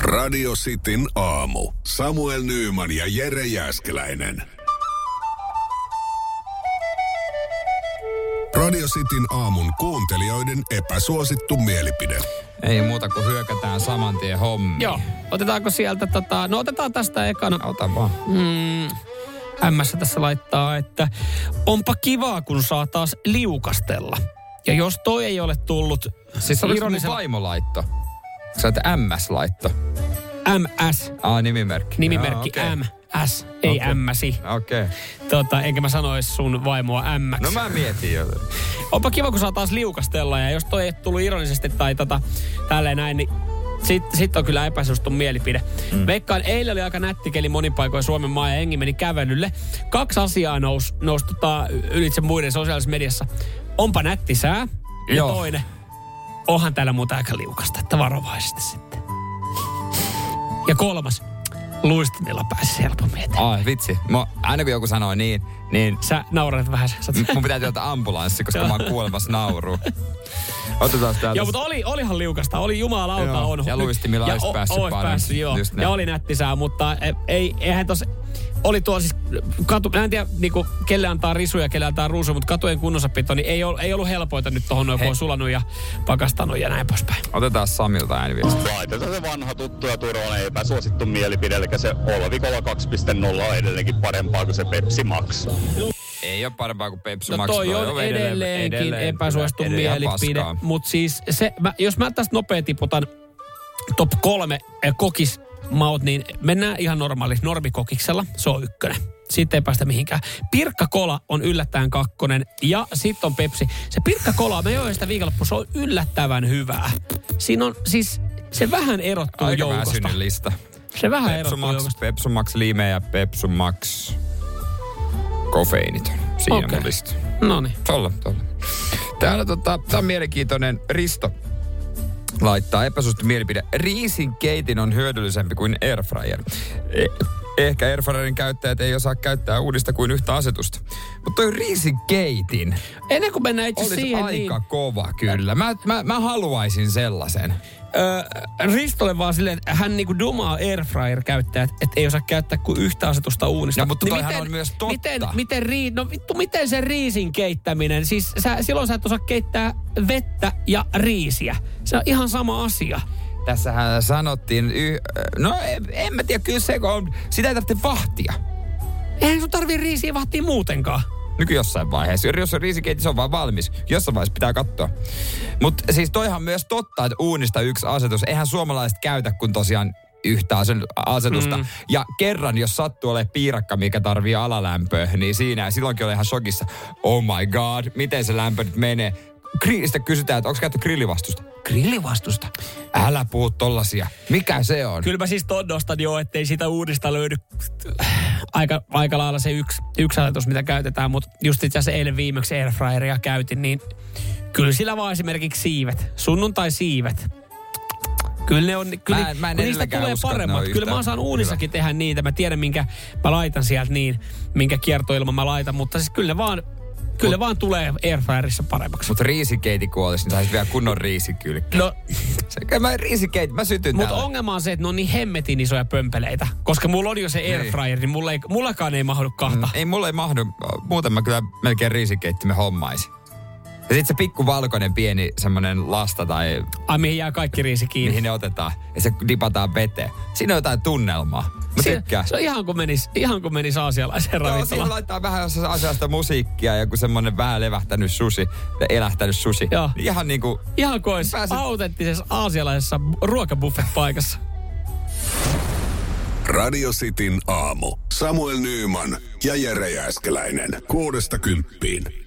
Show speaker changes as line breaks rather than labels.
Radio Cityn aamu. Samuel Nyyman ja Jere Jäskeläinen. Radio Cityn aamun kuuntelijoiden epäsuosittu mielipide.
Ei muuta kuin hyökätään saman tien hommiin.
Joo. Otetaanko sieltä tota... No otetaan tästä ekana.
Ota vaan.
Mm, MS tässä laittaa, että onpa kivaa, kun saa taas liukastella. Ja jos toi ei ole tullut
Siis oliko Ironisen...
ironisella-
mun vaimolaitto? Sä oot MS-laitto.
MS,
Ah, nimimerkki.
nimimerkki
Joo, okei.
MS, ei
Okei.
okay. Mäsi.
Okei. Okay.
Tota, enkä mä sanois sun vaimoa M.
No mä mietin jo.
Onpa kiva, kun saa taas liukastella ja jos toi ei ole tullut ironisesti tai tota, tälleen näin, niin sit, sit on kyllä epäsuostun mielipide. Mm. Veikkaan, eilen oli aika nätti keli monin paikoin Suomen maa ja engi meni kävelylle. Kaksi asiaa nousi nous, tota, ylitse muiden sosiaalisessa mediassa. Onpa nätti sää ja
Joo.
Joo. toinen. Onhan täällä muuta aika liukasta, että varovaisesti sitten. Ja kolmas. Luistimilla pääsi helpommin eteen.
Ai vitsi. Mä, aina kun joku sanoo niin, niin
Sä naurat vähän. Sä oot-
m- mun pitää työtä ambulanssi, koska mä oon kuolemassa nauruun. Otetaan täältä.
Joo, mutta oli, olihan liukasta. Oli jumalauta
Joo,
on.
ja luistimilla olisi
o-
päässyt
ois
paremmin.
päässyt, joo.
Just näin.
Ja oli nätti sää, mutta e- ei, eihän tos... Oli tuo siis, katu, mä en tiedä niinku, kelle antaa risuja, kelle antaa ruusuja, mutta katujen kunnossapito, niin ei, ol, ei ollut helpoita nyt tohon noin, kun
Hei.
on sulanut ja pakastanut ja näin poispäin.
Otetaan Samilta ääniviesti.
Laitetaan se vanha tuttu ja turvallinen epäsuosittu mielipide, eli se Olvikola 2.0 on edelleenkin parempaa kuin se Pepsi Max.
Ei ole parempaa kuin Pepsi
No
Max.
toi
Toi
on edelleenkin
edelleen-
epäsuosittu
edelleen
mielipide.
paskaa.
Mutta siis se, mä, jos mä tästä nopea tiputan top kolme eh, kokismaut, niin mennään ihan normaaliksi normikokiksella. Se on ykkönen. Siitä ei päästä mihinkään. Pirkkakola on yllättäen kakkonen ja sitten on Pepsi. Se pirkkakola, me join sitä viikonloppuun, se on yllättävän hyvää. Siinä on siis, se vähän erottuu
Aika
joukosta.
väsynyt lista.
Se vähän
Pepsu
erottuu
Max,
joukosta.
Pepsu Max Lime ja Pepsu Max Kofeiinit on siinä okay.
Okei.
mun lista.
No niin.
Tolla, tolla. Täällä tota, tää on mielenkiintoinen Risto laittaa epäsuosittu mielipide. Riisin keitin on hyödyllisempi kuin airfryer. E- ehkä airfryerin käyttäjät ei osaa käyttää uudista kuin yhtä asetusta. Mutta toi riisin keitin
Ennen kuin mennään itse
olisi
siihen, niin...
aika kova kyllä. Mä, mä, mä haluaisin sellaisen.
Ö, Ristolle vaan silleen, että hän niinku dumaa airfryer käyttää, että et ei osaa käyttää kuin yhtä asetusta uunista. Niin
No, mutta toihan on myös totta.
Miten, miten, rii, no vittu, miten se riisin keittäminen? Siis sä, silloin sä et osaa keittää vettä ja riisiä. Se on ihan sama asia.
Tässähän sanottiin, y- no en, en mä tiedä, kyllä se on, sitä ei tarvitse vahtia.
Eihän sun tarvii riisiä vahtia muutenkaan.
Nyky jossain vaiheessa. Jos on riisikeitti, se on vaan valmis. Jossain vaiheessa pitää katsoa. Mutta siis toihan myös totta, että uunista yksi asetus. Eihän suomalaiset käytä kun tosiaan yhtä asen- asetusta. Mm. Ja kerran, jos sattuu olemaan piirakka, mikä tarvii alalämpöä, niin siinä ja silloinkin oli ihan shokissa. Oh my god, miten se lämpö nyt menee? Gri- Sitä kysytään, että onko käytetty grillivastusta? Grillivastusta? Älä puhu tollasia. Mikä se on?
Kyllä mä siis ton nostan jo, ettei sitä uudista löydy äh, aika, aika lailla se yksi, yksi ajatus, mitä käytetään. Mutta just itse asiassa eilen viimeksi airfryeria käytin, niin kyllä sillä vaan esimerkiksi siivet, sunnuntai-siivet. Kyllä ne on, kyllä,
Mä en- mä en
kun niistä
edelleenkään
tulee
usko, että ne on
paremmat. Kyllä
yhtään-
mä saan uunissakin tehdä niitä. Mä tiedän, minkä mä laitan sieltä niin, minkä kiertoilman mä laitan. Mutta siis kyllä ne vaan, kyllä ne vaan tulee airfryerissä paremmaksi.
Mutta riisikeiti kuolisi, niin saisit vielä kunnon riisikylki.
No,
Se, mä riisikeiti, mä sytyn
Mutta
täällä.
ongelma on se, että ne on niin hemmetin isoja pömpeleitä. Koska mulla on jo se airfryer, niin mulla ei, mullakaan ei mahdu kahta.
Ei mulle ei mahdu. Muuten mä kyllä melkein riisikeittimen hommaisin. Ja sit se pikku valkoinen pieni semmonen lasta tai
Ai mihin jää kaikki riisi kiinni.
mihin ne otetaan ja se dipataan veteen. Siinä on jotain tunnelmaa. Mä
Se,
tykkään.
se on ihan kuin menis, ihan kuin menis aasialaiseen
Joo, siinä
ravintolaan.
laittaa vähän jos asiasta musiikkia, joku semmonen vähän levähtänyt susi, elähtänyt susi.
Joo.
Niin Ihan niinku,
Ihan kuin olisi
Pääset-
autenttisessa aasialaisessa bu- ruokabuffet-paikassa.
Radio Cityn aamu. Samuel Nyyman ja Jere Jäskeläinen. Kuudesta kymppiin.